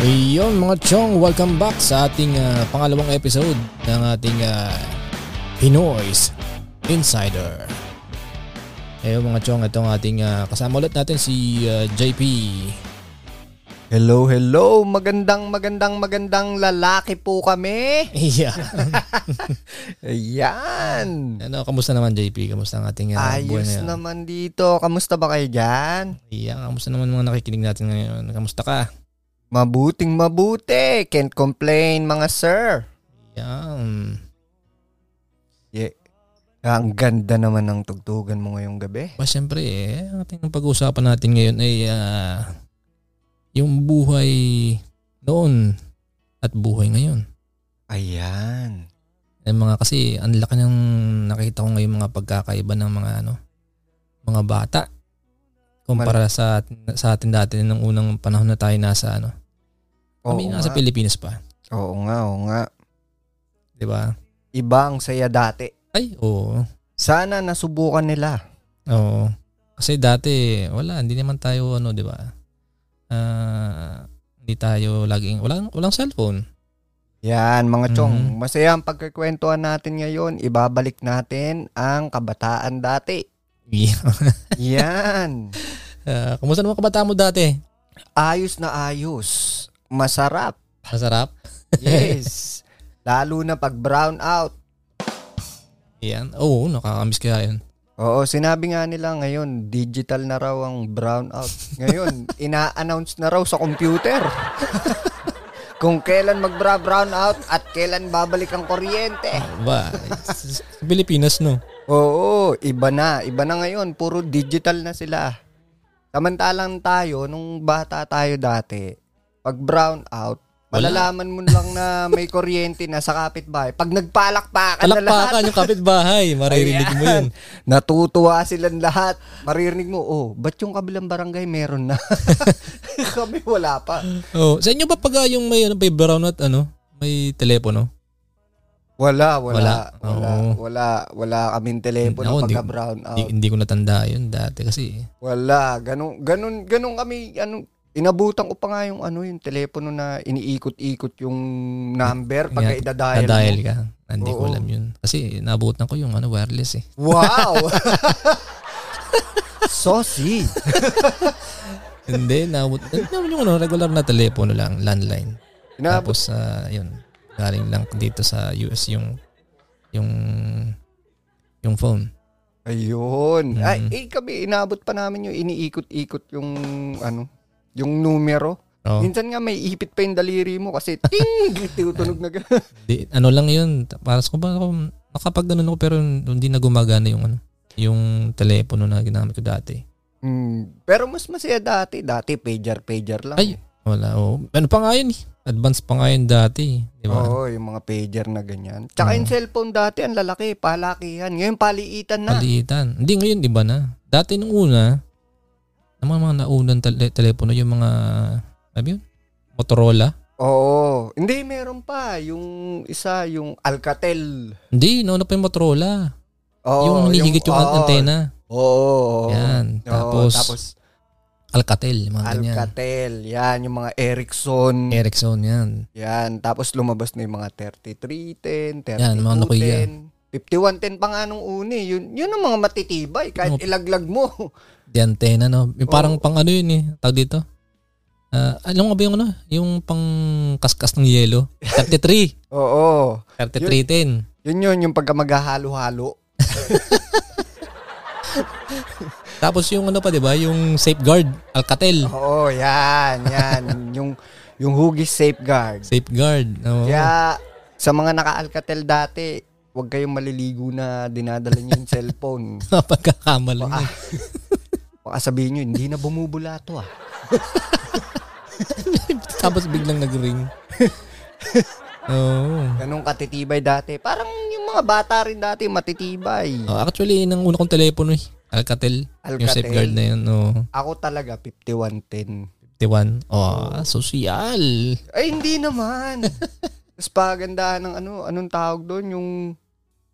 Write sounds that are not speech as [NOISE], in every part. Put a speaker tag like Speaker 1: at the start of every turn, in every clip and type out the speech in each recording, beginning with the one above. Speaker 1: Ayun mga chong, welcome back sa ating ah, pangalawang episode ng ating ah, Pinoy's Insider. Ayun mga chong, itong ating ah, kasama ulit natin si ah, [LAUGHS] JP.
Speaker 2: Hello, hello. Magandang, magandang, magandang lalaki po kami.
Speaker 1: Yeah.
Speaker 2: Ayan.
Speaker 1: ano, kamusta naman JP? Kamusta ang ating ah, buhay
Speaker 2: Ayos
Speaker 1: ngayon?
Speaker 2: naman dito. Kamusta ba kayo dyan?
Speaker 1: Yeah, kamusta naman mga nakikinig natin ngayon? Kamusta ka?
Speaker 2: Mabuting mabuti. Can't complain mga sir.
Speaker 1: Yan.
Speaker 2: Yeah. Ang ganda naman ng tugtugan mo ngayong gabi.
Speaker 1: Ba syempre eh, ang ating pag-uusapan natin ngayon ay ah, yung buhay noon at buhay ngayon.
Speaker 2: Ayan.
Speaker 1: Yung mga kasi ang laki ng nakita ko ngayon mga pagkakaiba ng mga ano, mga bata kumpara sa atin- sa atin dati nung unang panahon na tayo nasa ano.
Speaker 2: Oo
Speaker 1: kami
Speaker 2: nga.
Speaker 1: nasa Pilipinas pa,
Speaker 2: oo nga, oo nga.
Speaker 1: 'di ba?
Speaker 2: Iba ang saya dati.
Speaker 1: Ay, oo.
Speaker 2: Sana nasubukan nila.
Speaker 1: Oo. Kasi dati wala, hindi naman tayo ano, 'di ba? Ah, hindi tayo laging walang walang cellphone.
Speaker 2: Yan mga chong,
Speaker 1: Mhm.
Speaker 2: masaya ang pagkakwentuhan natin ngayon. Ibabalik natin ang kabataan dati. Yan.
Speaker 1: [LAUGHS] Ah, kumusta naman kabataan mo dati?
Speaker 2: Ayos na ayos. Masarap.
Speaker 1: Masarap?
Speaker 2: Yes. Lalo na pag brown out.
Speaker 1: Yan. Oo, nakakamiss kaya yun.
Speaker 2: Oo, sinabi nga nila ngayon, digital na raw ang brown out. Ngayon, ina-announce na raw sa computer. Kung kailan magbra-brown out at kailan babalik ang kuryente. [LAUGHS]
Speaker 1: Ba, Diba? sa Pilipinas, no?
Speaker 2: Oo, iba na. Iba na ngayon. Puro digital na sila. Samantalang tayo, nung bata tayo dati, pag brown out,
Speaker 1: Wala.
Speaker 2: malalaman mo lang na may kuryente na sa kapitbahay. Pag nagpalakpakan na lahat,
Speaker 1: Palakpakan yung kapitbahay. Maririnig mo yun.
Speaker 2: natutuwa silang lahat. Maririnig mo, oh, ba't yung kabilang barangay meron na? [LAUGHS] Kami wala pa.
Speaker 1: Oh, sa inyo ba pag ah, yung may, ano, may brown at ano? May telepono?
Speaker 2: Wala, wala.
Speaker 1: Wala.
Speaker 2: Wala, wala,
Speaker 1: Oo.
Speaker 2: wala, kaming telepono
Speaker 1: Ako, hindi-
Speaker 2: pagka brown out.
Speaker 1: Hindi- hindi ko natanda yun dati kasi.
Speaker 2: Wala, ganun ganun ganun kami ano inabutan ko pa nga yung ano yung telepono na iniikot-ikot yung number pagka
Speaker 1: Ingat-
Speaker 2: idadial. mo.
Speaker 1: Nadahil ka. Ah, Hindi ko
Speaker 2: Oo.
Speaker 1: alam yun. Kasi nabutan ko yung ano, wireless eh. [LAUGHS]
Speaker 2: Wow. Saucy.
Speaker 1: Hindi, nabutan. [LAUGHS] Hindi naman yung ano, regular na telepono lang, landline.
Speaker 2: Inabot.
Speaker 1: Tapos, ah, yun, galing lang dito sa US yung, yung, yung phone.
Speaker 2: Ayun. Ay,
Speaker 1: Mm.
Speaker 2: eh, kami inabot pa namin yung iniikot-ikot yung ano, yung numero.
Speaker 1: Oh,
Speaker 2: Minsan nga may ipit pa yung daliri mo kasi ting [LAUGHS] tutunog na gano'n.
Speaker 1: di, ano lang yun, para sa ko ba ako, nakapag ganun ako pero hindi na gumagana yung ano, yung telepono na ginamit ko dati.
Speaker 2: Mm. Pero mas masaya dati. Dati pager-pager lang.
Speaker 1: Ay, wala. Oh. Ano pa nga yun? eh? Advance pa nga yun dati. Di ba? Mm.
Speaker 2: Oo, yung mga pager na ganyan. Tsaka yung cellphone dati, ang lalaki, palakihan. Ngayon, paliitan na.
Speaker 1: Maliitan. Hindi ngayon, iba na. Dati nung una, ang mga, mga naunang tele- telepono, yung mga, ano yun? Motorola.
Speaker 2: Oo. Hindi, meron pa. Yung isa, yung Alcatel.
Speaker 1: Hindi, nauna pa yung Motorola.
Speaker 2: Oo,
Speaker 1: yung hinihigit yung,
Speaker 2: oo.
Speaker 1: antena.
Speaker 2: Oo. oo.
Speaker 1: Yan.
Speaker 2: Oo,
Speaker 1: Tapos, Alcatel, yung mga ganyan.
Speaker 2: Alcatel. Yan, yung mga Ericsson.
Speaker 1: Ericsson, yan.
Speaker 2: yan. Tapos lumabas na yung mga 3310, 3210.
Speaker 1: Yan, mga Nokia.
Speaker 2: 5110 pa nga nung uni. Yun, yun ang mga matitibay. Kahit
Speaker 1: Nope.
Speaker 2: ilaglag mo. [LAUGHS]
Speaker 1: Di antena, no? Yung parang pang ano yun eh. Tawag dito. Ah, alam mo ba yung ano? Yung pang kaskas ng yelo. 33.
Speaker 2: Oo.
Speaker 1: 3310.
Speaker 2: Yun yun, yung pagka maghahalo-halo.
Speaker 1: Tapos yung ano pa, di ba? Yung safeguard. Alcatel.
Speaker 2: Oo, yan, yan. yung yung hugis safeguard.
Speaker 1: Safeguard. Oo.
Speaker 2: Kaya sa mga naka-Alcatel dati, huwag kayong maliligo na dinadala niyo yung cellphone.
Speaker 1: [LAUGHS] Napagkakamali.
Speaker 2: Baka, baka sabihin niyo, hindi na bumubula to ah.
Speaker 1: Tapos biglang nag-ring. Oo.
Speaker 2: Ganun katitibay dati. Parang yung mga bata rin dati matitibay.
Speaker 1: Oh, actually, yun ang una kong telepono eh. Alcatel. Yung safeguard
Speaker 2: Alcatel.
Speaker 1: na yun. Oh.
Speaker 2: Ako talaga, 5110.
Speaker 1: 51. Oh, social. [LAUGHS]
Speaker 2: Ay, hindi naman. Tapos pagandaan ng ano, anong tawag doon? Yung,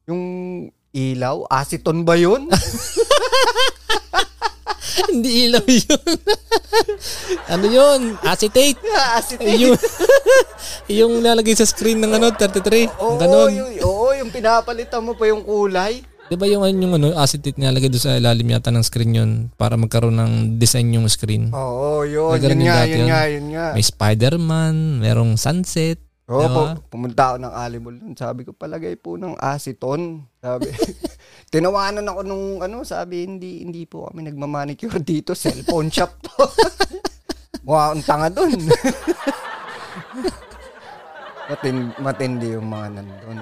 Speaker 2: yung ilaw? Aceton ba yun?
Speaker 1: Hindi ilaw yun. [LAUGHS] ano yun? Acetate.
Speaker 2: Acetate.
Speaker 1: yung, [LAUGHS] yung lalagay sa screen ng ano, 33.
Speaker 2: Oo,
Speaker 1: Ang Ganon.
Speaker 2: yung, oo, yung pinapalitan mo pa yung kulay.
Speaker 1: Di ba yung, yung ano, acetate nilalagay doon sa ilalim yata ng screen yun para magkaroon ng design yung screen.
Speaker 2: Oo, yun.
Speaker 1: Nagkaroon din
Speaker 2: Yun nga,
Speaker 1: dati
Speaker 2: yun
Speaker 1: yun.
Speaker 2: nga, yun nga.
Speaker 1: May Spider-Man, merong sunset.
Speaker 2: Oo,
Speaker 1: Diba?
Speaker 2: pu- pumunta ako ng Alibol dun. Sabi ko, palagay po ng aceton. Sabi, [LAUGHS] tinawanan ako nung ano, sabi, hindi hindi po kami nagmamanicure dito. Cellphone shop to. [LAUGHS] Mukha akong tanga dun. [LAUGHS] Matin, matindi yung mga nandun.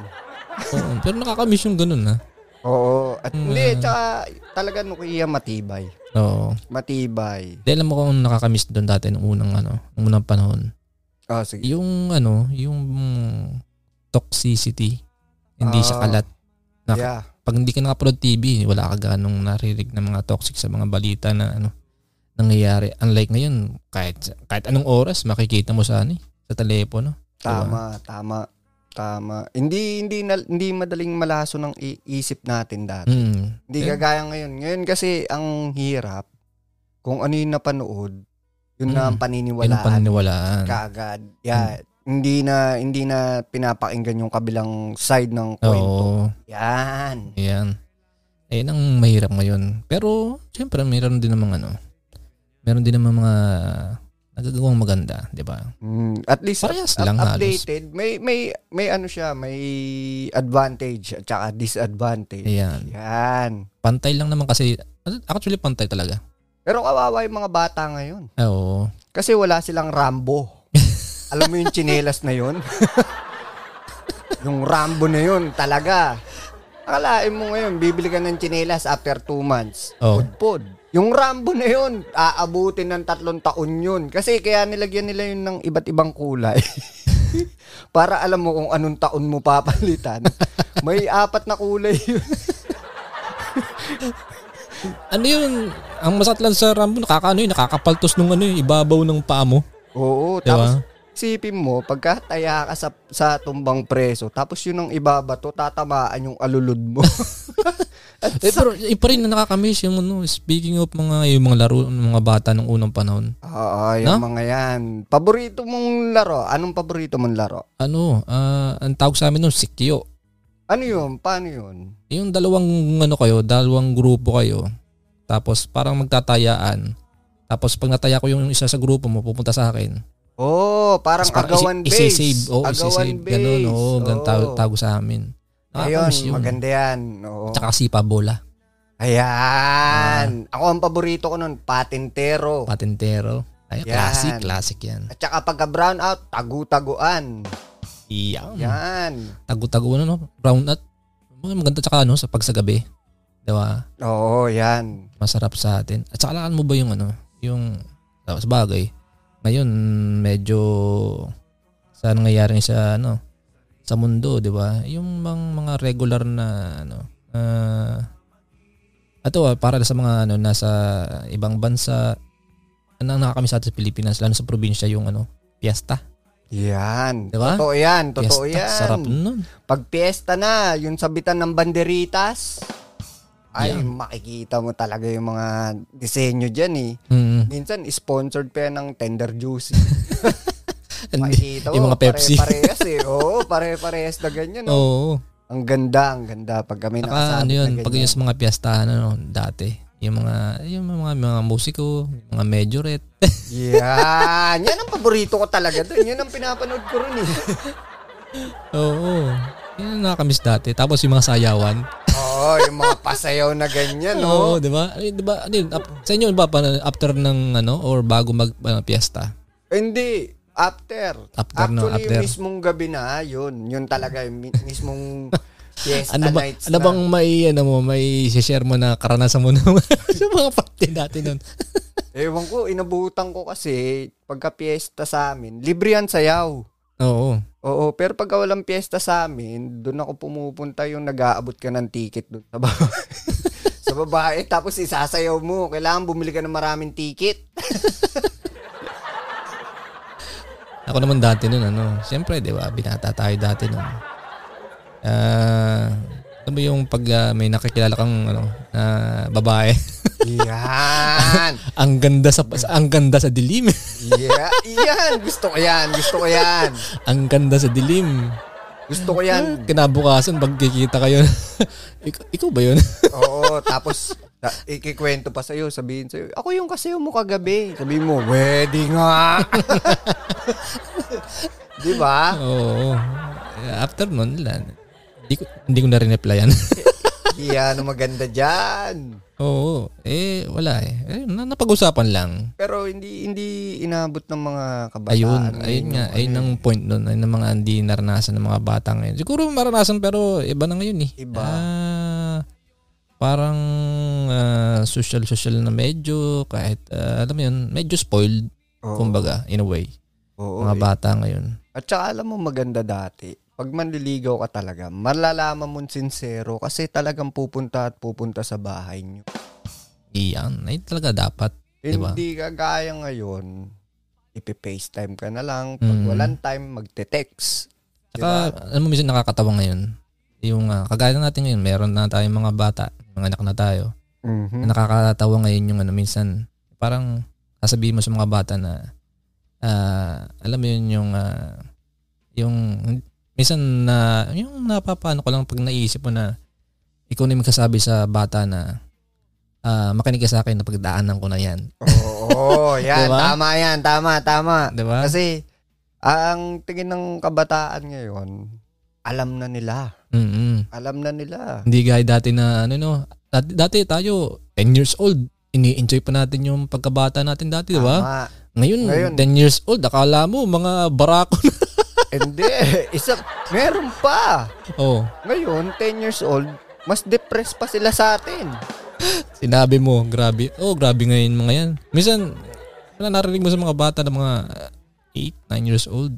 Speaker 1: Oo, pero nakakamiss yung ganun ah. ha.
Speaker 2: Oo. At
Speaker 1: Hmm.
Speaker 2: hindi, tsaka talaga Nokia matibay.
Speaker 1: Oo.
Speaker 2: Matibay.
Speaker 1: Dahil alam mo kung nakakamiss doon dati nung unang ano, nung unang panahon.
Speaker 2: Ah, sige.
Speaker 1: Yung ano, yung toxicity. Hindi siya
Speaker 2: Ah.
Speaker 1: kalat. Nak-
Speaker 2: yeah.
Speaker 1: Pag hindi ka nakaprood TV, wala ka ganong naririg ng mga toxic sa mga balita na ano nangyayari. Unlike ngayon, kahit kahit anong oras makikita mo sa ano, eh, sa telepono.
Speaker 2: Tama, tama. Tama. Hindi hindi na, hindi madaling malaso ng i- isip natin dati.
Speaker 1: Mm.
Speaker 2: Hindi
Speaker 1: Yeah.
Speaker 2: kagaya ngayon. Ngayon kasi ang hirap kung ano yung napanood, yun na
Speaker 1: Mm. Yun
Speaker 2: ang
Speaker 1: ang
Speaker 2: paniniwalaan
Speaker 1: paniniwalaan. Hmm.
Speaker 2: kaagad. Yeah. Hindi na hindi na pinapakinggan yung kabilang side ng kwento.
Speaker 1: Oo.
Speaker 2: Yan.
Speaker 1: Ayan. Ayan ang mahirap ngayon. Pero, syempre, meron din namang ano. Meron din namang mga nagagawang maganda, di ba?
Speaker 2: Mm, at least
Speaker 1: Hmm. Parehas
Speaker 2: up-
Speaker 1: lang halos.
Speaker 2: updated, may may may ano siya, may advantage at saka disadvantage.
Speaker 1: Ayan.
Speaker 2: Yan.
Speaker 1: Pantay lang naman kasi, actually pantay talaga.
Speaker 2: Pero kawawa yung mga bata ngayon.
Speaker 1: Ah, Oo.
Speaker 2: Kasi wala silang Rambo. Alam mo yung chinelas na yun? yung Rambo na yun, talaga. Akalain mo ngayon, bibili ka ng chinelas after two months.
Speaker 1: Oh.
Speaker 2: Pudpud. Yung Rambo na yun, aabutin ng tatlong taon yun. Kasi kaya nilagyan nila yun ng iba't ibang kulay. Para alam mo kung anong taon mo papalitan. May apat na kulay yun.
Speaker 1: Ano yun? Ang masat lang sa Rambo, nakakaano yun, nakakapaltos nung ano yun, ibabaw ng paa mo.
Speaker 2: Oo,
Speaker 1: Di
Speaker 2: tapos
Speaker 1: ba?
Speaker 2: Isipin mo, pagkataya ka sa, sa tumbang preso, tapos yun ang ibabato, tatamaan yung alulod
Speaker 1: [LAUGHS]
Speaker 2: mo. At
Speaker 1: Eh,
Speaker 2: sa-
Speaker 1: pero ipa rin na nakakamiss yung ano, speaking of mga, yung mga laro, ng mga bata nung unang panahon.
Speaker 2: Oo, yung
Speaker 1: No?
Speaker 2: mga yan. Paborito mong laro? Anong paborito mong laro?
Speaker 1: Ano, ah, ang tawag sa amin nun, sikyo.
Speaker 2: Ano yun? Paano yun?
Speaker 1: Yung dalawang ano kayo, dalawang grupo kayo. Tapos parang magtatayaan. Tapos pag nataya ko yung isa sa grupo mo, pupunta sa akin.
Speaker 2: Oh, parang
Speaker 1: Tapos parang
Speaker 2: agawan
Speaker 1: isi-
Speaker 2: base.
Speaker 1: Isi-save. Oo,
Speaker 2: agawan
Speaker 1: isi-save.
Speaker 2: base.
Speaker 1: Ganun, oo. Oh,
Speaker 2: Oo.
Speaker 1: tago sa amin.
Speaker 2: Ayun,
Speaker 1: Nakakamiss Ah, yun.
Speaker 2: maganda yan. Oo.
Speaker 1: Tsaka Ah. sipa bola.
Speaker 2: Ayan. Ako ang paborito ko nun, patintero.
Speaker 1: Patentero. Ay,
Speaker 2: Yan.
Speaker 1: classic, classic yan.
Speaker 2: At saka pagka brown out, tagu-taguan.
Speaker 1: Hmm. Iyan.
Speaker 2: Yan.
Speaker 1: Tago-tago ano, no? Brown at mga maganda tsaka ano, sa pagsagabi. Diba?
Speaker 2: Oo, yan.
Speaker 1: Masarap sa atin. At saka alam mo ba yung ano, yung ah, sa bagay. Ngayon, medyo sa nangyayari sa ano, sa mundo, di ba? Yung mga, mga regular na ano, ah, ato ah, para sa mga ano nasa ibang bansa ano ang nakakamiss sa atin sa Pilipinas lalo sa probinsya yung ano piyesta
Speaker 2: Yan.
Speaker 1: Di ba?
Speaker 2: Totoo yan.
Speaker 1: piyesta
Speaker 2: Totoo yan.
Speaker 1: Diba? sarap nun
Speaker 2: Pag piyesta na, yung sabitan ng banderitas, ay
Speaker 1: Yan.
Speaker 2: makikita mo talaga yung mga disenyo dyan eh.
Speaker 1: mm,
Speaker 2: Minsan, sponsored pa yan ng Tender
Speaker 1: [LAUGHS]
Speaker 2: Juicy.
Speaker 1: hindi
Speaker 2: Makikita
Speaker 1: yung
Speaker 2: mo,
Speaker 1: mga Pepsi.
Speaker 2: pare-parehas
Speaker 1: [LAUGHS]
Speaker 2: eh. Oo, pare-parehas na ganyan. Oh.
Speaker 1: oo
Speaker 2: Ang ganda, ang ganda. Pag kami
Speaker 1: Saka
Speaker 2: nakasabit
Speaker 1: ano yun,
Speaker 2: na
Speaker 1: pag
Speaker 2: ganyan.
Speaker 1: yun sa mga piyestahan ano, dati, yung mga, yung mga, mga musiko, yung mga majorette. [LAUGHS]
Speaker 2: Yan. Yan ang paborito ko talaga doon. Yan ang pinapanood ko
Speaker 1: [LAUGHS]
Speaker 2: rin eh.
Speaker 1: Oo. Yun ang nakakamiss dati. Tapos yung mga sayawan.
Speaker 2: Oo, yung mga pasayaw na ganyan, oh. no?
Speaker 1: Oo, di ba? Ay, Di ba? Ano yun, ap- sa inyo, ba, pa- after ng, ano, or bago mag, ano, piyesta?
Speaker 2: Eh, Hindi. After.
Speaker 1: After na,
Speaker 2: Actually,
Speaker 1: after.
Speaker 2: yung mismong gabi na, yun. Yun talaga, yung mi- mismong
Speaker 1: [LAUGHS]
Speaker 2: fiesta
Speaker 1: Ano ba,
Speaker 2: nights
Speaker 1: ano
Speaker 2: na.
Speaker 1: bang may, ano mo, may share mo na [LAUGHS] karanasan mo ng sa mga party dati nun? [LAUGHS]
Speaker 2: Ewan ko, inabutan ko kasi pagka fiesta sa amin, libre yan sayaw.
Speaker 1: Oo.
Speaker 2: Oo, pero pagka walang fiesta sa amin, doon ako pumupunta yung nag-aabot ka ng ticket doon sa babae. [LAUGHS] sa babae, tapos isasayaw mo. Kailangan bumili ka ng maraming ticket.
Speaker 1: Ako naman dati nun, ano, siyempre, di ba, binata tayo dati nun. Ah, alam mo yung pag ah, may nakikilala kang, ano, na babae. [LAUGHS]
Speaker 2: Yan.
Speaker 1: ang ganda sa ang ganda sa dilim. [LAUGHS]
Speaker 2: Yeah, yan. Gusto ko yan. Gusto ko yan.
Speaker 1: ang ganda sa dilim.
Speaker 2: Gusto ko yan.
Speaker 1: Kinabukasan pagkikita kayo. [LAUGHS] Ik- ikaw ba 'yun? [LAUGHS]
Speaker 2: Oo, tapos ta- ikikwento pa sa'yo, sabihin sa'yo, ako yung kasi yung mukha gabi. Sabihin mo, wedding nga. [LAUGHS] Di ba?
Speaker 1: Oo. After nun, wala na. Hindi ko, hindi ko na rin-replyan.
Speaker 2: Yan ang maganda dyan.
Speaker 1: [LAUGHS] Oo. Eh, wala eh. eh na- napag-usapan lang.
Speaker 2: Pero hindi hindi inabot ng mga kabataan.
Speaker 1: Ayun,
Speaker 2: ngayon
Speaker 1: ayun nga.
Speaker 2: ano yung
Speaker 1: Ayun ang point nun. Ayun ang mga hindi naranasan ng mga bata ngayon. Siguro maranasan pero iba na ngayon eh.
Speaker 2: Iba.
Speaker 1: Ah, parang ah, social-social na medyo kahit, ah, alam mo yun, medyo spoiled.
Speaker 2: Oo.
Speaker 1: Kumbaga, in a way.
Speaker 2: Oo,
Speaker 1: Mga
Speaker 2: eh.
Speaker 1: bata ngayon.
Speaker 2: At saka alam mo maganda dati, pag manliligaw ka talaga, malalaman mo sincero kasi talagang pupunta at pupunta sa bahay niyo.
Speaker 1: Iyan. Ay talaga dapat. Diba?
Speaker 2: Hindi ka gaya ngayon, ipi-FaceTime ka na lang. Pag
Speaker 1: Mm.
Speaker 2: walang time, magte-text. Diba?
Speaker 1: Saka, alam mo, minsan nakakatawa ngayon. Yung, ah, kagaya natin ngayon, meron na tayong mga bata, mga anak na tayo. na Hmm.
Speaker 2: Mhm.
Speaker 1: nakakatawa ngayon yung ano minsan parang sasabihin mo sa mga bata na ah, alam mo yun yung ah, yung minsan na yung napapano ko lang pag naisip mo na ikaw na yung magsasabi sa bata na ah, makinig ka sa akin na pagdaanan ko na yan. [LAUGHS]
Speaker 2: Oo, yan.
Speaker 1: Diba?
Speaker 2: Tama yan. Tama, tama.
Speaker 1: Di ba?
Speaker 2: Kasi, ang tingin ng kabataan ngayon, alam na nila.
Speaker 1: Mm-mm.
Speaker 2: Alam na nila.
Speaker 1: Hindi gaya dati na ano no. Dati, dati tayo 10 years old ini-enjoy pa natin yung pagkabata natin dati, di ba?
Speaker 2: Tama. Ngayon.
Speaker 1: Ngayon, 10 years old, akala mo mga barako na.
Speaker 2: Hindi. [LAUGHS] Isa, meron pa.
Speaker 1: oh,
Speaker 2: Ngayon, 10 years old, mas depressed pa sila sa atin.
Speaker 1: sinabi mo, grabe. Oh, grabe ngayon mga yan. Minsan, wala narinig mo sa mga bata na mga 8, 9 years old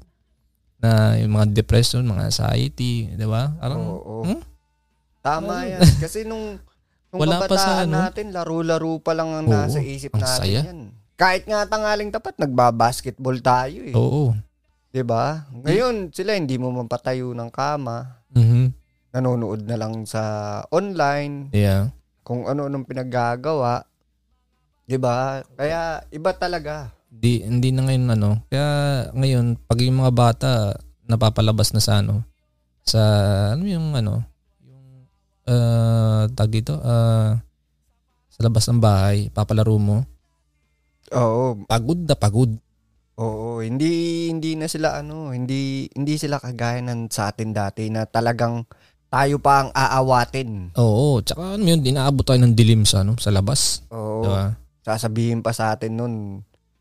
Speaker 1: na yung mga depression, mga anxiety, di ba? Parang,
Speaker 2: Oo.
Speaker 1: Hmm?
Speaker 2: Tama yan. Kasi nung, nung
Speaker 1: Wala pa sa
Speaker 2: kabataan
Speaker 1: ano.
Speaker 2: natin, laro-laro pa lang ang
Speaker 1: Oo,
Speaker 2: nasa isip
Speaker 1: ang
Speaker 2: natin
Speaker 1: saya.
Speaker 2: yan. Kahit nga tangaling tapat, nagbabasketball tayo eh.
Speaker 1: oo. Hmm.
Speaker 2: 'Di ba? Ngayon, sila hindi mo mapatayo ng kama.
Speaker 1: Mhm.
Speaker 2: Nanonood na lang sa online,
Speaker 1: Yeah.
Speaker 2: kung ano-anong pinaggagawa. 'Di ba? Kaya iba talaga.
Speaker 1: Di, hindi na ngayon ano. Kaya ngayon, pag yung mga bata napapalabas na sa ano, sa, ano yung ano, yung, uh, tag dito, ah, sa labas ng bahay, papalaro mo,
Speaker 2: Oo,
Speaker 1: pagod na pagod.
Speaker 2: Oo, hindi hindi na sila ano, hindi hindi sila kagaya ng sa atin dati na talagang tayo pa ang aawatin.
Speaker 1: Oo, tsaka ano yun, inaabot tayo ng dilim sa, ano, sa labas.
Speaker 2: Oo.
Speaker 1: Diba?
Speaker 2: Sasabihin pa sa atin nun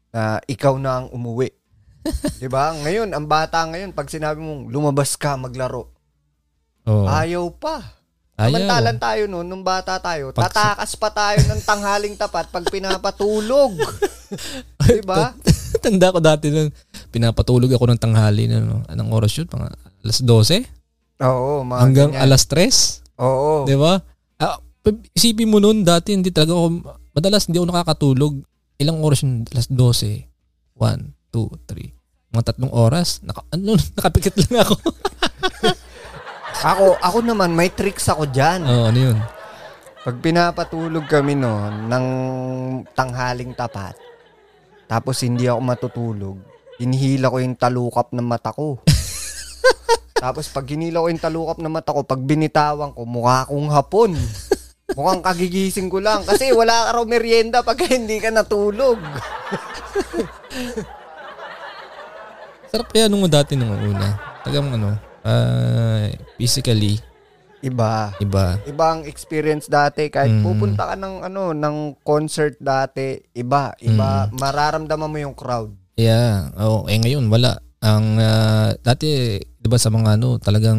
Speaker 2: na ikaw na ang
Speaker 1: [LAUGHS]
Speaker 2: umuwi. 'Di ba? Ngayon, ang bata ngayon pag sinabi mong lumabas ka maglaro,
Speaker 1: Oo.
Speaker 2: ayaw pa.
Speaker 1: Oh. Ayaw.
Speaker 2: Samantalan tayo noon nung bata tayo,
Speaker 1: Pag-
Speaker 2: tatakas pa tayo ng tanghaling tapat pag pinapatulog.
Speaker 1: [LAUGHS]
Speaker 2: Diba? 'Di ba?
Speaker 1: Tanda ko dati nun, pinapatulog ako ng tanghali na, ano, anong oras yun? Pang alas 12?
Speaker 2: Oo, mga
Speaker 1: hanggang
Speaker 2: ganyan.
Speaker 1: alas 3?
Speaker 2: Oo.
Speaker 1: Di ba? Ah, pag- isipin mo nun, dati hindi talaga ako, madalas hindi ako nakakatulog. Ilang oras yun? Alas 12? 1, 2, 3. Mga tatlong oras, naka, ano, [LAUGHS] nakapikit lang ako. [LAUGHS]
Speaker 2: Ako, ako naman may tricks ako diyan.
Speaker 1: Oo, ano yun?
Speaker 2: Pag pinapatulog kami noon ng tanghaling tapat, tapos hindi ako matutulog, hinihila ko yung talukap ng mata
Speaker 1: [LAUGHS]
Speaker 2: ko. tapos pag hinila ko yung talukap ng mata ko, pag binitawan ko, mukha akong hapon. Mukhang kagigising ko lang kasi wala ka raw merienda pag hindi ka natulog.
Speaker 1: Sarap kaya nung dati nung una. Tagang ano, ah, physically,
Speaker 2: Iba.
Speaker 1: iba.
Speaker 2: Iba ang experience dati kahit
Speaker 1: Mm.
Speaker 2: pupunta ka ng ano ng concert dati, iba, iba
Speaker 1: Mm.
Speaker 2: mararamdaman mo yung crowd.
Speaker 1: Yeah. Oo. eh ngayon, wala. Ang ah, dati, di ba sa mga ano, talagang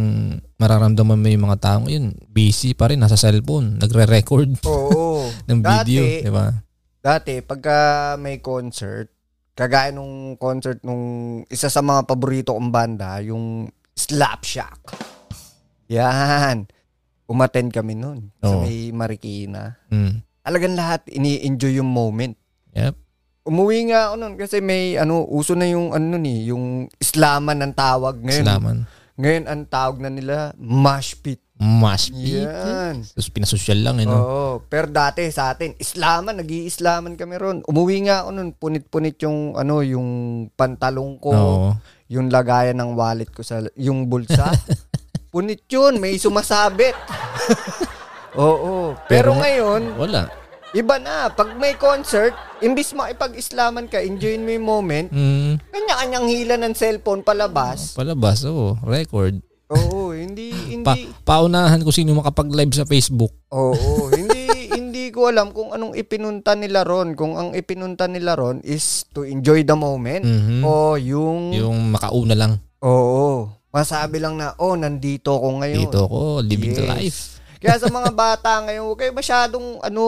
Speaker 1: mararamdaman mo yung mga tao ngayon, busy pa rin, nasa cellphone, nagre-record [LAUGHS]
Speaker 2: Oo.
Speaker 1: [LAUGHS] ng video,
Speaker 2: Dati,
Speaker 1: di ba?
Speaker 2: Dati, pagka may concert, kagaya nung concert nung isa sa mga paborito kong banda, yung Slapshack. Yan. Umattend kami nun sa
Speaker 1: Oo.
Speaker 2: may Marikina.
Speaker 1: Mm.
Speaker 2: Alagang lahat, ini-enjoy yung moment.
Speaker 1: Yep.
Speaker 2: Umuwi nga ako nun kasi may ano, uso na yung ano ni, yung islaman ng tawag ngayon.
Speaker 1: Salaman.
Speaker 2: Ngayon ang tawag na nila, mosh pit.
Speaker 1: Mash people.
Speaker 2: Yan.
Speaker 1: Tapos pinasosyal lang, eh, no?
Speaker 2: Oo. Pero dati sa atin, islaman, nag-iislaman kami ron. Umuwi nga ako nun, punit-punit yung, ano, yung pantalong ko,
Speaker 1: Oo.
Speaker 2: yung lagayan ng wallet ko sa, yung
Speaker 1: [LAUGHS]
Speaker 2: bulsa. punit yun, may sumasabit. Oo. Pero,
Speaker 1: Pero-
Speaker 2: ngayon,
Speaker 1: Wala.
Speaker 2: iba na. Pag may concert, imbis makipag-islaman ka, enjoyin mo yung moment,
Speaker 1: Mm,
Speaker 2: kanya-kanyang hila ng cellphone
Speaker 1: [LAUGHS]
Speaker 2: palabas.
Speaker 1: palabas, oo. Record.
Speaker 2: Oo, hindi, hindi.
Speaker 1: Pa paunahan ko sino makapag-live sa Facebook.
Speaker 2: Oo, hindi [LAUGHS] hindi ko alam kung anong ipinunta nila ron. Kung ang ipinunta nila ron is to enjoy the moment
Speaker 1: Mhm.
Speaker 2: o yung,
Speaker 1: Yung makauna lang.
Speaker 2: oo, masabi lang na oh, nandito ko ngayon.
Speaker 1: Dito ko, living the
Speaker 2: Yes.
Speaker 1: life.
Speaker 2: [LAUGHS] Kaya sa mga bata ngayon, huwag kayo masyadong ano,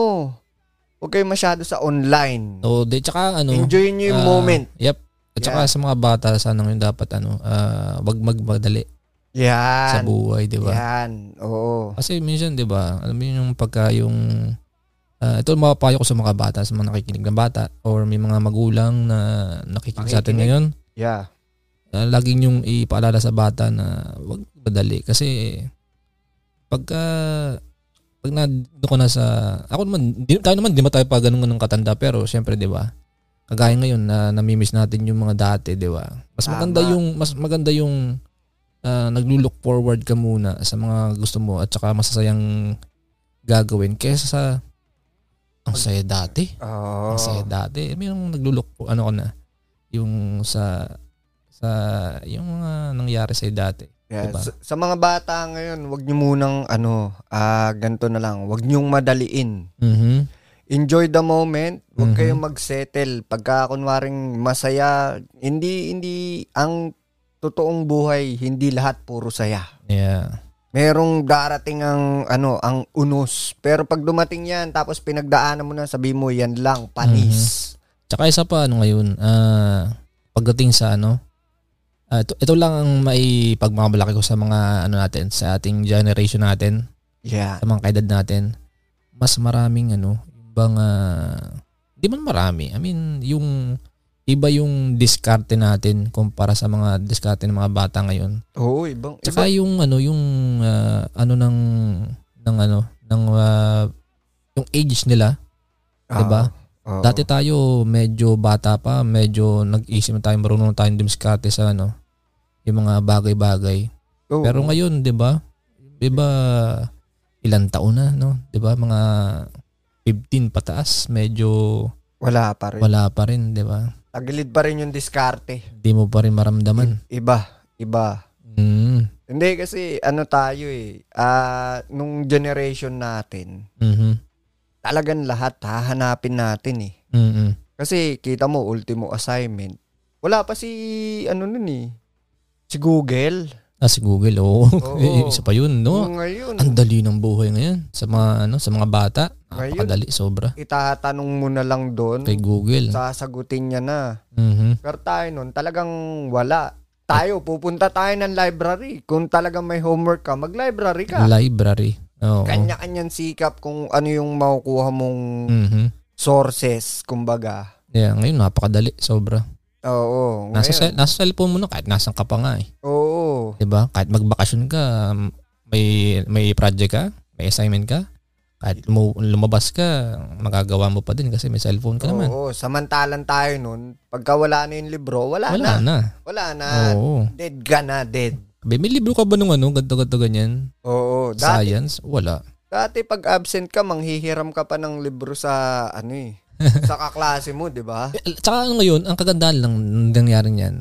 Speaker 2: huwag kayo masyado sa online.
Speaker 1: O, de, tsaka ano.
Speaker 2: Enjoy nyo yung
Speaker 1: ah,
Speaker 2: moment.
Speaker 1: Yep. At saka sa mga bata, sana yung dapat ano, ah, wag magmadali sa
Speaker 2: Yan.
Speaker 1: buhay, diba? di ba?
Speaker 2: Yan. Oo.
Speaker 1: Kasi minsan, di ba, alam mo yun yung pagka yung, ah, ito mapapayo ko sa mga bata, sa mga nakikinig ng bata, or may mga magulang na nakikinig sa atin
Speaker 2: Nakikinig.
Speaker 1: ngayon,
Speaker 2: Yeah.
Speaker 1: ah, laging yung ipaalala sa bata na wag madali. Kasi, pagka, pag na, doon ko na sa, ako naman, di, tayo naman, di ba tayo pa ganun ng katanda, pero syempre, di ba, kagaya ngayon na namimiss natin yung mga dati, di ba? Mas
Speaker 2: Tama.
Speaker 1: maganda yung mas maganda yung ah, naglulook forward ka muna sa mga gusto mo at saka masasayang gagawin kaysa sa ang saya dati.
Speaker 2: Oo.
Speaker 1: Ang saya dati. eh, May yung naglulook po ano ko na yung sa sa yung mga nangyari sa dati.
Speaker 2: Yeah,
Speaker 1: Diba?
Speaker 2: Sa, sa mga bata ngayon, wag niyo munang ano, ah ganito na lang. Wag niyong madaliin.
Speaker 1: Mhm.
Speaker 2: enjoy the moment. Huwag
Speaker 1: Mhm.
Speaker 2: kayong magsettle. Pagka kunwaring masaya, hindi hindi ang totoong buhay, hindi lahat puro saya.
Speaker 1: Yeah.
Speaker 2: Merong darating ang ano, ang unos. Pero pag dumating 'yan tapos pinagdaanan mo na, sabi mo 'yan lang, panis.
Speaker 1: Tsaka isa pa ano ngayon, ah, pagdating sa ano, ah, ito, ito lang ang may pagmamalaki ko sa mga ano natin, sa ating generation natin.
Speaker 2: Yeah.
Speaker 1: sa mga kaedad natin, mas maraming ano, ibang, ah, di man marami. I mean, yung iba yung diskarte natin kumpara sa mga diskarte ng mga bata ngayon.
Speaker 2: Oo, ibang
Speaker 1: Tsaka
Speaker 2: iba.
Speaker 1: yung ano, yung ah, ano ng ng ano ng ah, yung age nila,
Speaker 2: Ah,
Speaker 1: diba?
Speaker 2: oo.
Speaker 1: Dati tayo medyo bata pa, medyo nag-isip na tayo, marunong na tayong dumiskarte sa ano, yung mga bagay-bagay.
Speaker 2: Oo.
Speaker 1: Pero ngayon, 'di ba? 'Di ba ilang taon na, no? 'Di ba mga 15 pataas, medyo
Speaker 2: wala pa rin.
Speaker 1: wala pa rin, 'di ba?
Speaker 2: Tagilid pa rin yung diskarte.
Speaker 1: Hindi mo pa rin maramdaman.
Speaker 2: Iba, iba.
Speaker 1: Mm.
Speaker 2: Hindi kasi ano tayo eh, ah, nung generation natin,
Speaker 1: Mhm.
Speaker 2: talagang lahat hahanapin natin eh.
Speaker 1: Mhm.
Speaker 2: Kasi kita mo, ultimo assignment. Wala pa si, ano nun eh, si Google.
Speaker 1: Ah, si Google, oo.
Speaker 2: Oo.
Speaker 1: [LAUGHS] Isa pa 'yun, no?
Speaker 2: Yung Ngayon,
Speaker 1: Oh, Ang dali ng buhay ngayon sa mga ano, sa mga bata.
Speaker 2: Ngayon. Mm.
Speaker 1: Napakadali sobra
Speaker 2: itatanong mo na lang doon,
Speaker 1: kay Google.
Speaker 2: sasagutin niya na.
Speaker 1: Mhm.
Speaker 2: Pero tayo nun, talagang wala. Tayo, pupunta tayo ng library. Kung talagang may homework ka, mag-library ka.
Speaker 1: Library. Oo.
Speaker 2: Kanya-kanyang sikap kung ano yung makukuha mong
Speaker 1: Mhm.
Speaker 2: sources, kumbaga.
Speaker 1: Yeah, ngayon napakadali sobra.
Speaker 2: Oo.
Speaker 1: Nasa
Speaker 2: ngayon.
Speaker 1: cell, nasa cellphone mo na kahit nasan ka pa nga eh.
Speaker 2: Oo.
Speaker 1: 'di ba? Kahit magbakasyon ka, um, may may project ka, may assignment ka, kahit lumu- lumabas ka, magagawa mo pa din kasi may cellphone ka Ano naman.
Speaker 2: Oo, samantalang tayo nun, pagka wala na yung libro, wala,
Speaker 1: Wala
Speaker 2: na. Ah.
Speaker 1: na.
Speaker 2: Wala na.
Speaker 1: Oo.
Speaker 2: Dead ka na, dead.
Speaker 1: Be, may libro ka ba nung ano, ganto ganto ganyan?
Speaker 2: Oo, dati,
Speaker 1: Science? Wala.
Speaker 2: dati pag absent ka, manghihiram ka pa ng libro sa, ano eh,
Speaker 1: [LAUGHS]
Speaker 2: sa kaklase mo, di ba?
Speaker 1: Eh, al- Tsaka ano ngayon, ang kagandahan lang ng nangyari niyan.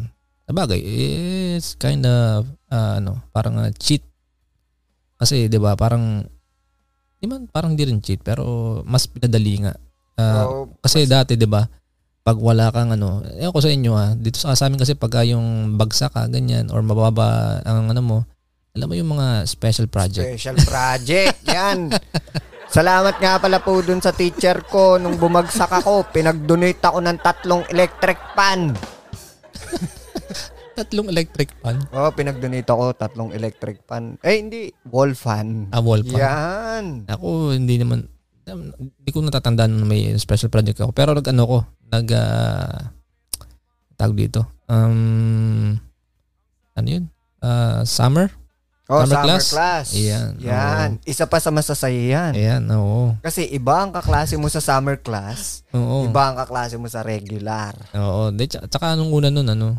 Speaker 1: Sabagay, it's kind of, ano, parang ah, cheat. Kasi, di ba, parang, di man, parang di rin cheat, pero mas pinadali nga. Ah,
Speaker 2: Oo,
Speaker 1: Kasi dati, 'di ba? Pag wala kang ano, eh ako sa inyo ha, dito sa, sa amin kasi pagka yung bagsak ka ganyan or mababa ang ano mo, alam mo yung mga special project.
Speaker 2: special
Speaker 1: [LAUGHS]
Speaker 2: project, yan. Salamat nga pala po dun sa teacher ko nung bumagsak ako. Pinag-donate ako ng tatlong electric pan.
Speaker 1: Tatlong electric fan,
Speaker 2: Oo, pinag-donate ako tatlong electric pan. Eh, hindi. Wall fan.
Speaker 1: ah, wall fan.
Speaker 2: Yan.
Speaker 1: Ako hindi naman hindi ko natatandaan na may special project ako. Pero nag ano ko, nag ah, tawag dito. Um ano yun? Ah, summer
Speaker 2: Oh,
Speaker 1: Summer
Speaker 2: summer,
Speaker 1: class.
Speaker 2: class.
Speaker 1: Ayan,
Speaker 2: Yan. Isa pa sa masasaya yan.
Speaker 1: Ayan, oo.
Speaker 2: Kasi iba ang kaklase mo sa summer class,
Speaker 1: Oo.
Speaker 2: iba ang kaklase mo sa regular.
Speaker 1: Oo, de, tsaka, tsaka anong una nun, ano?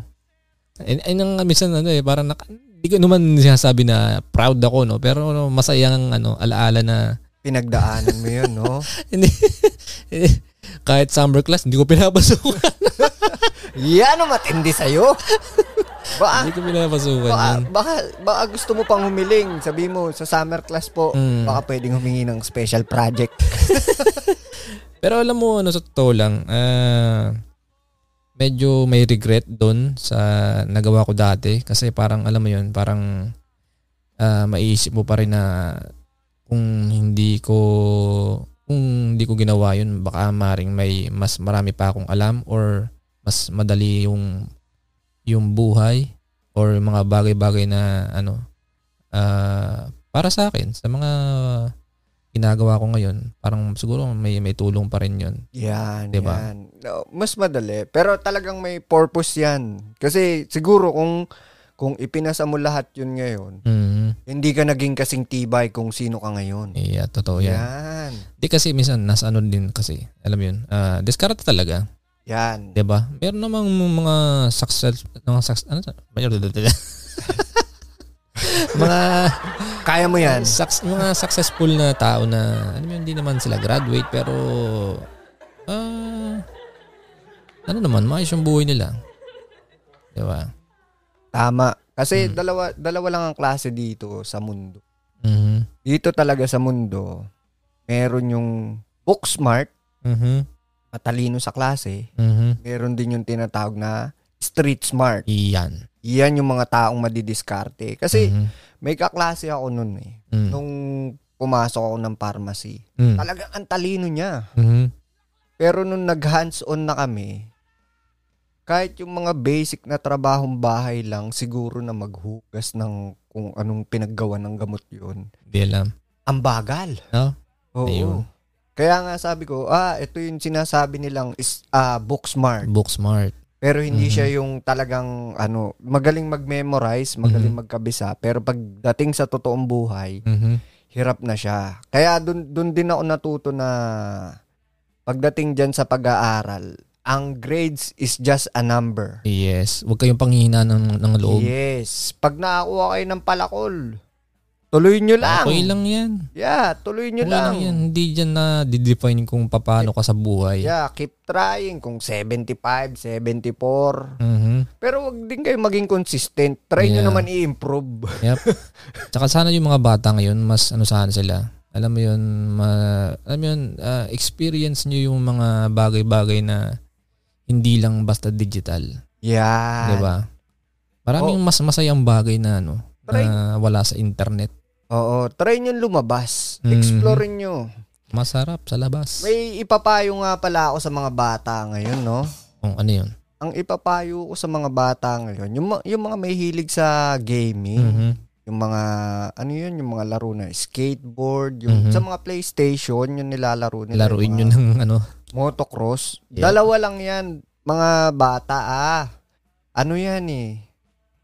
Speaker 1: Ay, ay nang minsan, ano eh, parang naka, hindi ko naman sinasabi na proud ako, no? Pero ano, masayang, ano, alaala na, [LAUGHS]
Speaker 2: Pinagdaanan mo yun, no?
Speaker 1: hindi, kahit summer class, hindi ko
Speaker 2: [LAUGHS]
Speaker 1: pinapasukan.
Speaker 2: Yan ang matindi
Speaker 1: [LAUGHS]
Speaker 2: sa'yo.
Speaker 1: hindi
Speaker 2: Baka,
Speaker 1: ko pinapasukan.
Speaker 2: baka,
Speaker 1: yun.
Speaker 2: baka, baka gusto mo pang humiling. Sabi mo, sa summer class po,
Speaker 1: Mm.
Speaker 2: baka pwedeng humingi ng special project.
Speaker 1: Pero alam mo, ano, sa totoo lang, ah, medyo may regret doon sa nagawa ko dati. Kasi parang, alam mo yun, parang ah, maiisip mo pa rin na kung hindi ko kung hindi ko ginawa yun, baka maring may mas marami pa akong alam or mas madali yung yung buhay or yung mga bagay-bagay na ano ah, para sa akin sa mga ginagawa ko ngayon parang siguro may may tulong pa rin yun
Speaker 2: Yan,
Speaker 1: Diba?
Speaker 2: yan. No, mas madali. Pero talagang may purpose yan. Kasi siguro kung kung ipinasa mo lahat yun ngayon,
Speaker 1: mm
Speaker 2: hindi ka naging kasing tibay kung sino ka ngayon.
Speaker 1: Eh, oh, yeah totoo yan
Speaker 2: Yan.
Speaker 1: di kasi minsan nasa ano din kasi alam mo yun ah diskarte talaga
Speaker 2: Yan.
Speaker 1: 'di ba? Meron namang mga success mga success ano [LAUGHS] sa- mga
Speaker 2: Kaya mo yan.
Speaker 1: success mga successful na tao na ano yun, hindi naman sila graduate pero ah ano naman maayos yung buhay nila. 'Di ba?
Speaker 2: Tama. Kasi
Speaker 1: Mm.
Speaker 2: dalawa dalawa lang ang klase dito sa mundo.
Speaker 1: Mhm.
Speaker 2: Dito talaga sa mundo, meron yung book smart,
Speaker 1: Mhm.
Speaker 2: matalino sa klase.
Speaker 1: Mhm.
Speaker 2: Meron din yung tinatawag na street smart.
Speaker 1: Iyan.
Speaker 2: Yan yung mga taong madidiskarte. Kasi
Speaker 1: Mhm.
Speaker 2: may kaklase ako nun eh.
Speaker 1: Mm.
Speaker 2: Nung pumasok ako ng pharmacy.
Speaker 1: Mm.
Speaker 2: Talagang ang talino niya.
Speaker 1: Mhm.
Speaker 2: Pero nung nag-hands-on na kami, kahit yung mga basic na trabahong bahay lang, siguro na maghugas ng kung anong pinaggawa ng gamot yun.
Speaker 1: Di alam.
Speaker 2: Ang bagal.
Speaker 1: No?
Speaker 2: Oo.
Speaker 1: Ayun.
Speaker 2: Kaya nga sabi ko, ah, ito yung sinasabi nilang is, ah, book smart.
Speaker 1: Book smart.
Speaker 2: Pero hindi
Speaker 1: Mhm.
Speaker 2: siya yung talagang, ano, magaling mag-memorize, magaling
Speaker 1: Mm-hmm.
Speaker 2: magkabisa. Pero pagdating sa totoong buhay,
Speaker 1: Mhm.
Speaker 2: hirap na siya. Kaya dun, dun din ako natuto na pagdating dyan sa pag-aaral, ang grades is just a number.
Speaker 1: Yes. Huwag kayong panghihina ng ng loob.
Speaker 2: Yes. Pag nakakuha kayo ng palakol, tuloy nyo lang.
Speaker 1: Ah, Okay lang 'yan.
Speaker 2: Yeah, tuloy nyo
Speaker 1: Wala
Speaker 2: lang.
Speaker 1: lang yan. Hindi dyan na didefine kung paano ka sa buhay.
Speaker 2: Yeah, keep trying. Kung 75, 74.
Speaker 1: Mhm.
Speaker 2: Pero wag din kayo maging consistent. Try
Speaker 1: Yeah.
Speaker 2: nyo naman i-improve.
Speaker 1: Yep. Tsaka sana yung mga bata ngayon, mas ano sana sila. Alam mo yun, ma- alam mo yun, ah, experience nyo yung mga bagay-bagay na hindi lang basta digital.
Speaker 2: Yeah.
Speaker 1: Di ba? Maraming mas masayang bagay na ano,
Speaker 2: Try.
Speaker 1: na wala sa internet.
Speaker 2: Oo, try nyo lumabas.
Speaker 1: Mhm.
Speaker 2: Explore nyo.
Speaker 1: Masarap sa labas.
Speaker 2: May ipapayo nga pala ako sa mga bata ngayon, no?
Speaker 1: Kung ano yun.
Speaker 2: Ang ipapayo ko sa mga bata ngayon, yung, ma- yung mga may hilig sa gaming,
Speaker 1: Mhm.
Speaker 2: yung mga, ano yun, yung mga laro na skateboard, yung
Speaker 1: Mhm.
Speaker 2: sa mga PlayStation, yung nilalaro nila.
Speaker 1: Laruin yun
Speaker 2: yung mga
Speaker 1: ng ano.
Speaker 2: Motocross.
Speaker 1: Yeah.
Speaker 2: Dalawa lang yan, mga bata, ah. Ano yan eh?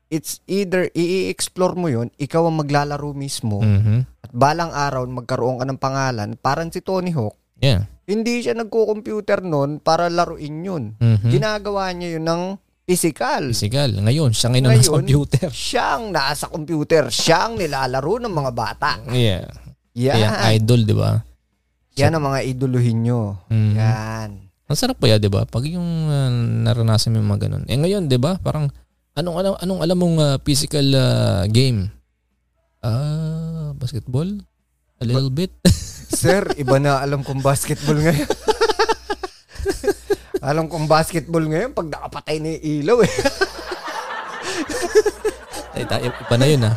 Speaker 2: It's either i-explore mo yun, ikaw ang maglalaro mismo,
Speaker 1: Mhm.
Speaker 2: at balang araw magkaroon ka ng pangalan, parang si Tony Hawk,
Speaker 1: Yeah.
Speaker 2: hindi siya nagko-computer nun para laruin yun.
Speaker 1: Mhm.
Speaker 2: Ginagawa niya yun ng physical.
Speaker 1: Physical. Ngayon, siya ngayon, ngayon nasa
Speaker 2: Ngayon, [LAUGHS]
Speaker 1: computer.
Speaker 2: Siya ang nasa computer. Siya ang nilalaro ng mga bata.
Speaker 1: Yeah.
Speaker 2: Yan.
Speaker 1: Kaya idol, di ba?
Speaker 2: Yan ang mga idoluhin nyo.
Speaker 1: Mhm.
Speaker 2: Yan.
Speaker 1: Ang sarap pa ya, 'di ba? Pag yung ah, naranasan mo yung mga ganun. Eh ngayon, 'di ba? Parang anong alam anong alam mong ah, physical ah, game? Ah, basketball? A little bit. [LAUGHS]
Speaker 2: Sir, iba na alam kong basketball ngayon. [LAUGHS] alam kong basketball ngayon pag nakapatay na yung ilaw eh.
Speaker 1: Ay, tayo pa na 'yun ah.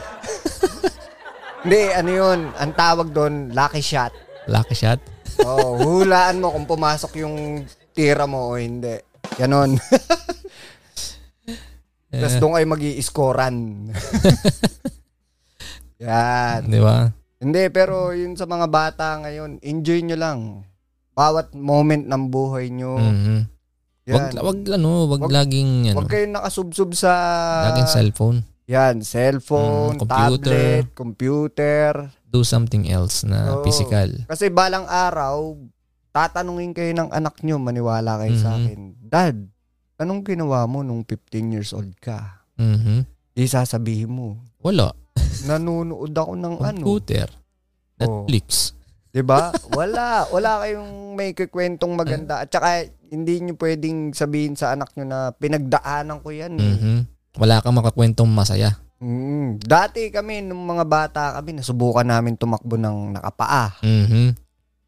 Speaker 2: Hindi, ano yun. Ang tawag doon, lucky shot.
Speaker 1: Lucky shot.
Speaker 2: Oh, hulaan mo kung pumasok yung tira mo o hindi. Ganon. [LAUGHS] Tapos doon kayo mag scorean Yan.
Speaker 1: 'Di ba?
Speaker 2: Hindi, pero yun sa mga bata ngayon, enjoy nyo lang. Bawat moment ng buhay nyo.
Speaker 1: Mhm. Wag
Speaker 2: Oh. Yan.
Speaker 1: wag ano, wag,
Speaker 2: Wag-
Speaker 1: laging ano,
Speaker 2: Huwag kayong nakasubsob sa...
Speaker 1: laging cellphone.
Speaker 2: Yan, cellphone,
Speaker 1: Mm, computer.
Speaker 2: tablet, computer.
Speaker 1: Do something else na
Speaker 2: Oo.
Speaker 1: physical.
Speaker 2: Kasi balang araw, tatanungin kayo ng anak nyo, maniwala kayo sa
Speaker 1: Mhm.
Speaker 2: akin. Dad, anong ginawa mo nung 15 years old ka?
Speaker 1: Mhm.
Speaker 2: Di sasabihin mo,
Speaker 1: Wala.
Speaker 2: Ano? nanonood ako ng ano.
Speaker 1: Computer.
Speaker 2: Oo.
Speaker 1: Netflix.
Speaker 2: 'Di ba? Diba? Wala, wala kayong may kikwentong maganda. At saka hindi niyo pwedeng sabihin sa anak niyo na pinagdaanan ko 'yan. eh.
Speaker 1: Mhm. Wala kang makakwentong masaya.
Speaker 2: Mm. Dati kami nung mga bata kami nasubukan namin tumakbo ng nakapaa.
Speaker 1: Mhm.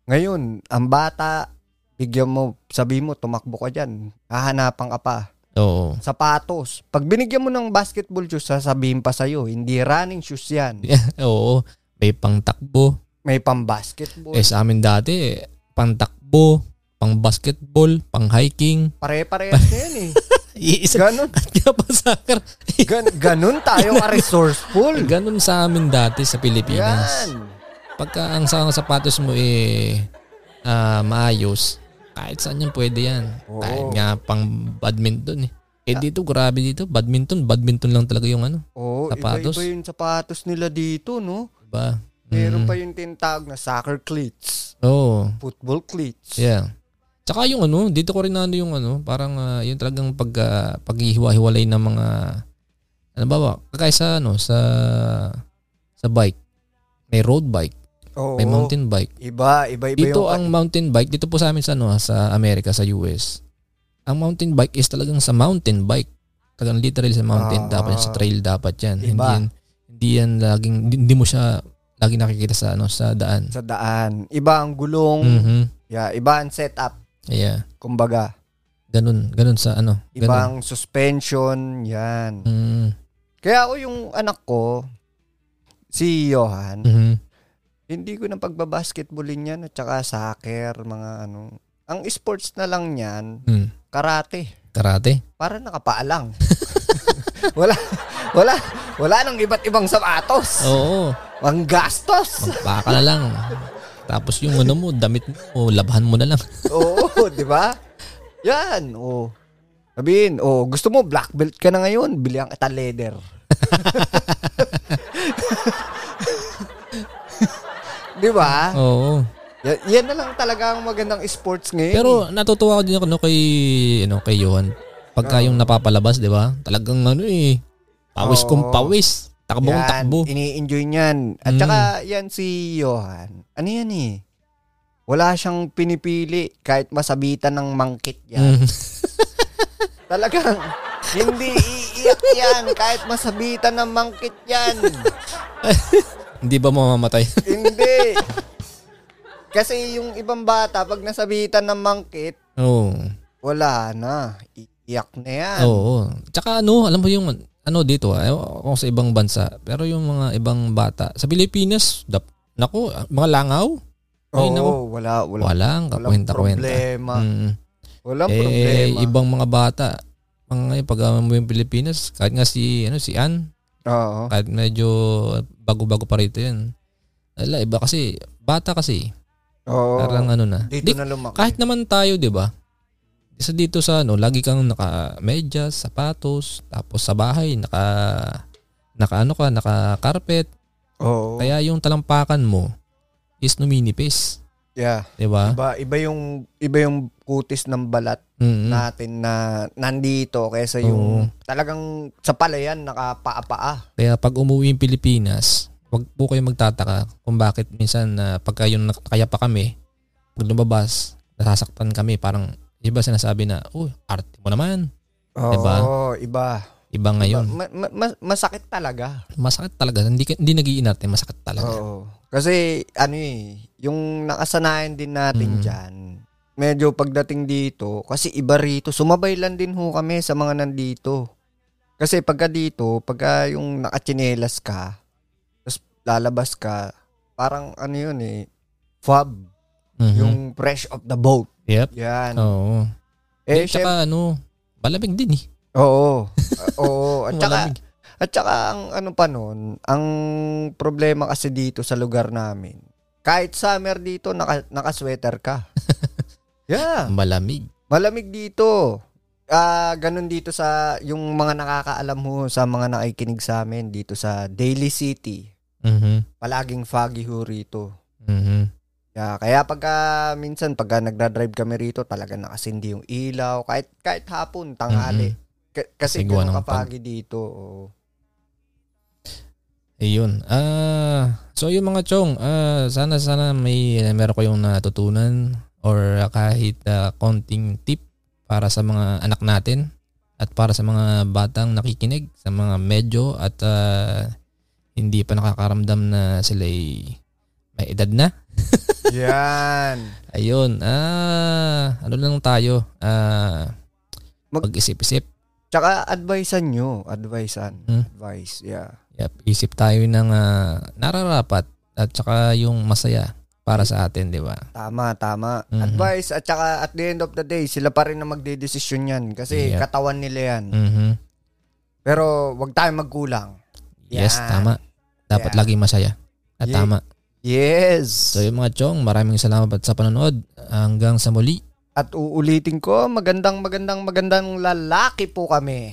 Speaker 2: Ngayon, ang bata bigyan mo, sabi mo tumakbo ka diyan. Hahanapan ka pa.
Speaker 1: Oo. [LAUGHS]
Speaker 2: Sapatos. Pag binigyan mo ng basketball shoes, sasabihin pa sa'yo, hindi running shoes 'yan.
Speaker 1: Oo. May pangtakbo.
Speaker 2: May pang-basketball.
Speaker 1: Eh sa amin dati, pangtakbo, pang basketball, pang hiking.
Speaker 2: Pare-parehas na 'yan eh.
Speaker 1: Iisa
Speaker 2: Ganon,
Speaker 1: ka pa sa akin.
Speaker 2: gan- ganun tayo ka-resourceful.
Speaker 1: Ganun sa amin dati sa Pilipinas.
Speaker 2: Yan.
Speaker 1: Pagka ang sa ang sapatos mo eh ah, maayos, kahit saan yan pwede yan.
Speaker 2: Oo.
Speaker 1: Kahit nga pang badminton eh. Eh dito, grabe dito. Badminton, badminton lang talaga yung ano.
Speaker 2: Oo,
Speaker 1: Sapatos.
Speaker 2: iba-iba yung sapatos nila dito, no?
Speaker 1: Diba?
Speaker 2: Meron
Speaker 1: Mm.
Speaker 2: pa yung tinatawag na soccer cleats,
Speaker 1: Oo.
Speaker 2: football cleats.
Speaker 1: Yeah. Tsaka yung ano, dito ko rin ano yung ano, parang ah, yung talagang pag, ah, paghihiwa-hiwalay ng mga, ano ba ba, kagaya sa ano, sa, sa bike. May road bike,
Speaker 2: Oo,
Speaker 1: may mountain bike.
Speaker 2: Iba, iba-iba
Speaker 1: Dito
Speaker 2: yung...
Speaker 1: ang mountain bike, dito po sa amin sa ano, sa Amerika, sa US. Ang mountain bike is talagang sa mountain bike. Talagang literal sa mountain
Speaker 2: Ah.
Speaker 1: dapat yan, sa trail dapat yan. Hindi
Speaker 2: Iba.
Speaker 1: yan, hindi yan laging, hindi, hindi mo siya lagi nakikita sa ano, sa daan.
Speaker 2: sa daan. Iba ang gulong,
Speaker 1: Mhm.
Speaker 2: yeah, iba ang setup,
Speaker 1: Yeah.
Speaker 2: kumbaga.
Speaker 1: Ganun, ganun sa ano.
Speaker 2: Iba
Speaker 1: Ganun.
Speaker 2: ang suspension, yan.
Speaker 1: Mm.
Speaker 2: Kaya ako yung anak ko, si Johan,
Speaker 1: Mhm.
Speaker 2: hindi ko na pagbabasketballin yan at saka soccer, mga ano. Ang sports na lang yan,
Speaker 1: Mm.
Speaker 2: karate.
Speaker 1: Karate?
Speaker 2: Para nakapaalang. [LAUGHS] wala, wala, wala nang iba't ibang sapatos.
Speaker 1: Oo.
Speaker 2: Ang gastos.
Speaker 1: Magpaka na lang. Tapos yung ano mo, damit mo, labahan mo na lang. [LAUGHS]
Speaker 2: Oo, [LAUGHS] di ba? Yan, oo. Sabihin, oh, gusto mo black belt ka na ngayon, bilihan kita leather. [LAUGHS] di ba?
Speaker 1: Oo.
Speaker 2: Yan, yan na lang talaga ang magandang sports ngayon. eh.
Speaker 1: Pero natutuwa ko din ako no, kay, ano, kay Johan. Pagka yung napapalabas, di ba? Talagang ano eh. Pawis
Speaker 2: Oo.
Speaker 1: kong pawis. Takbo kong
Speaker 2: Yan,
Speaker 1: takbo.
Speaker 2: Ini-enjoy niyan. At
Speaker 1: Mm.
Speaker 2: saka yan si Johan. Ano yan eh? Wala siyang pinipili kahit masabitan ng mangkit
Speaker 1: Mm.
Speaker 2: yan. [LAUGHS] Talagang hindi iiyak yan kahit masabitan ng mangkit yan.
Speaker 1: Hindi ba mamamatay? [LAUGHS]
Speaker 2: hindi. Kasi yung ibang bata, pag nasabitan ng mangkit,
Speaker 1: Oo.
Speaker 2: wala na. Iiyak na yan.
Speaker 1: Oo. Tsaka ano, alam mo yung ano dito, ah, ewan ko sa ibang bansa, pero yung mga ibang bata, sa Pilipinas, dap, naku, mga langaw, Ay,
Speaker 2: Oo,
Speaker 1: naku.
Speaker 2: wala,
Speaker 1: walang
Speaker 2: wala. Walang
Speaker 1: kakwenta-kwenta.
Speaker 2: problema.
Speaker 1: Mm.
Speaker 2: Walang
Speaker 1: eh,
Speaker 2: problema.
Speaker 1: ibang mga bata. Mga ngayon, pag uh, mo yung Pilipinas, kahit nga si, ano, si Ann,
Speaker 2: Oo.
Speaker 1: kahit medyo bago-bago pa rito yan. Ala, iba kasi, bata kasi.
Speaker 2: Oo.
Speaker 1: Parang ano na. Di-
Speaker 2: Dito na lumaki.
Speaker 1: Kahit naman tayo, di ba? Isa dito sa ano, lagi kang naka-medyas, sapatos, tapos sa bahay, naka, naka ano ka, naka-carpet.
Speaker 2: Oo.
Speaker 1: Kaya yung talampakan mo is numinipis.
Speaker 2: yeah.
Speaker 1: Di ba?
Speaker 2: Iba, iba yung iba yung kutis ng balat
Speaker 1: Mm-mm.
Speaker 2: natin na nandito kaysa yung talagang sa palayan nakapaa-paa.
Speaker 1: Kaya pag umuwi yung Pilipinas, wag po kayo magtataka kung bakit minsan na pagka yung nak- kaya pa kami, pag lumabas, nasasaktan kami. Parang iba sinasabi na, uy, arte mo naman.
Speaker 2: Oo,
Speaker 1: Diba?
Speaker 2: iba.
Speaker 1: Iba ngayon.
Speaker 2: Ma- ma- ma- masakit talaga.
Speaker 1: Masakit talaga. Hindi, ka- hindi nag-iinarte. Masakit talaga.
Speaker 2: Oo. Kasi ano eh, yung nakasanayan din natin
Speaker 1: Mm.
Speaker 2: dyan, medyo pagdating dito, kasi iba rito, sumabay lang din ho kami sa mga nandito. Kasi pagka dito, pagka yung nakatsinelas ka, tapos lalabas ka, parang ano yun eh, fab.
Speaker 1: Mhm.
Speaker 2: Yung fresh of the boat.
Speaker 1: Yep.
Speaker 2: Yan.
Speaker 1: Oo. Eh,
Speaker 2: Eh, syem-
Speaker 1: tsaka ano, malamig din eh.
Speaker 2: oo. [LAUGHS] Ah, oo. At saka,
Speaker 1: Malamig.
Speaker 2: at saka ang ano pa nun, ang problema kasi dito sa lugar namin, kahit summer dito, naka, naka-sweater ka. yeah.
Speaker 1: Malamig.
Speaker 2: Malamig dito. ah ganun dito sa yung mga nakakaalam ho sa mga nakikinig sa amin dito sa Daily City.
Speaker 1: Mm-hmm.
Speaker 2: Palaging foggy ho rito.
Speaker 1: Mm-hmm.
Speaker 2: Kaya, kaya pagka minsan pagka nagda-drive kami rito, talaga nakasindi yung ilaw kahit kahit hapon, tanghali. K- kasi
Speaker 1: Sigwa
Speaker 2: ganun
Speaker 1: ng pag-
Speaker 2: kapagi dito. oo.
Speaker 1: Ayun. Ah, so yung mga chong, ah, sana sana may eh, meron kayong natutunan or kahit ah, konting tip para sa mga anak natin at para sa mga batang nakikinig sa mga medyo at ah, hindi pa nakakaramdam na sila ay may edad na.
Speaker 2: Yan.
Speaker 1: Ayun. Ah, ano lang tayo? Ah,
Speaker 2: Mag-
Speaker 1: pag-isip-isip.
Speaker 2: Tsaka advisean nyo, advisean,
Speaker 1: Hmm.
Speaker 2: advice, yeah.
Speaker 1: Yep, isip tayo ng ah, nararapat at saka yung masaya para sa atin, di ba?
Speaker 2: Tama, tama.
Speaker 1: Mhm.
Speaker 2: Advice at tsaka at the end of the day, sila pa rin na magdedesisyon yan kasi
Speaker 1: Yep.
Speaker 2: katawan nila yan.
Speaker 1: Mhm.
Speaker 2: Pero wag tayong magkulang.
Speaker 1: Yes,
Speaker 2: Yan.
Speaker 1: tama. Dapat
Speaker 2: Yan.
Speaker 1: laging masaya. At
Speaker 2: Yeah.
Speaker 1: tama.
Speaker 2: Yes.
Speaker 1: So yung mga chong, maraming salamat sa panonood. Hanggang sa muli.
Speaker 2: At uulitin ko, magandang magandang magandang lalaki po kami.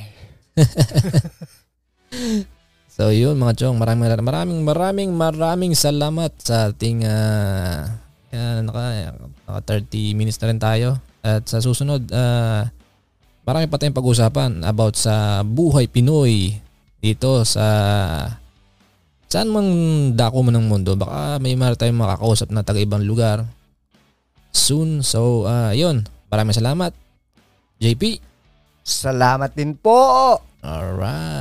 Speaker 1: So yun mga chong, maraming maraming maraming maraming salamat sa ating ah, ah, naka, naka 30 minutes na rin tayo. At sa susunod, ah, marami pa tayong pag-usapan about sa buhay Pinoy dito sa saan mang dako man ng mundo. Baka may mar tayong makakausap na taga-ibang lugar soon. So ah, yun, maraming salamat. JP.
Speaker 2: Salamat din po.
Speaker 1: Alright.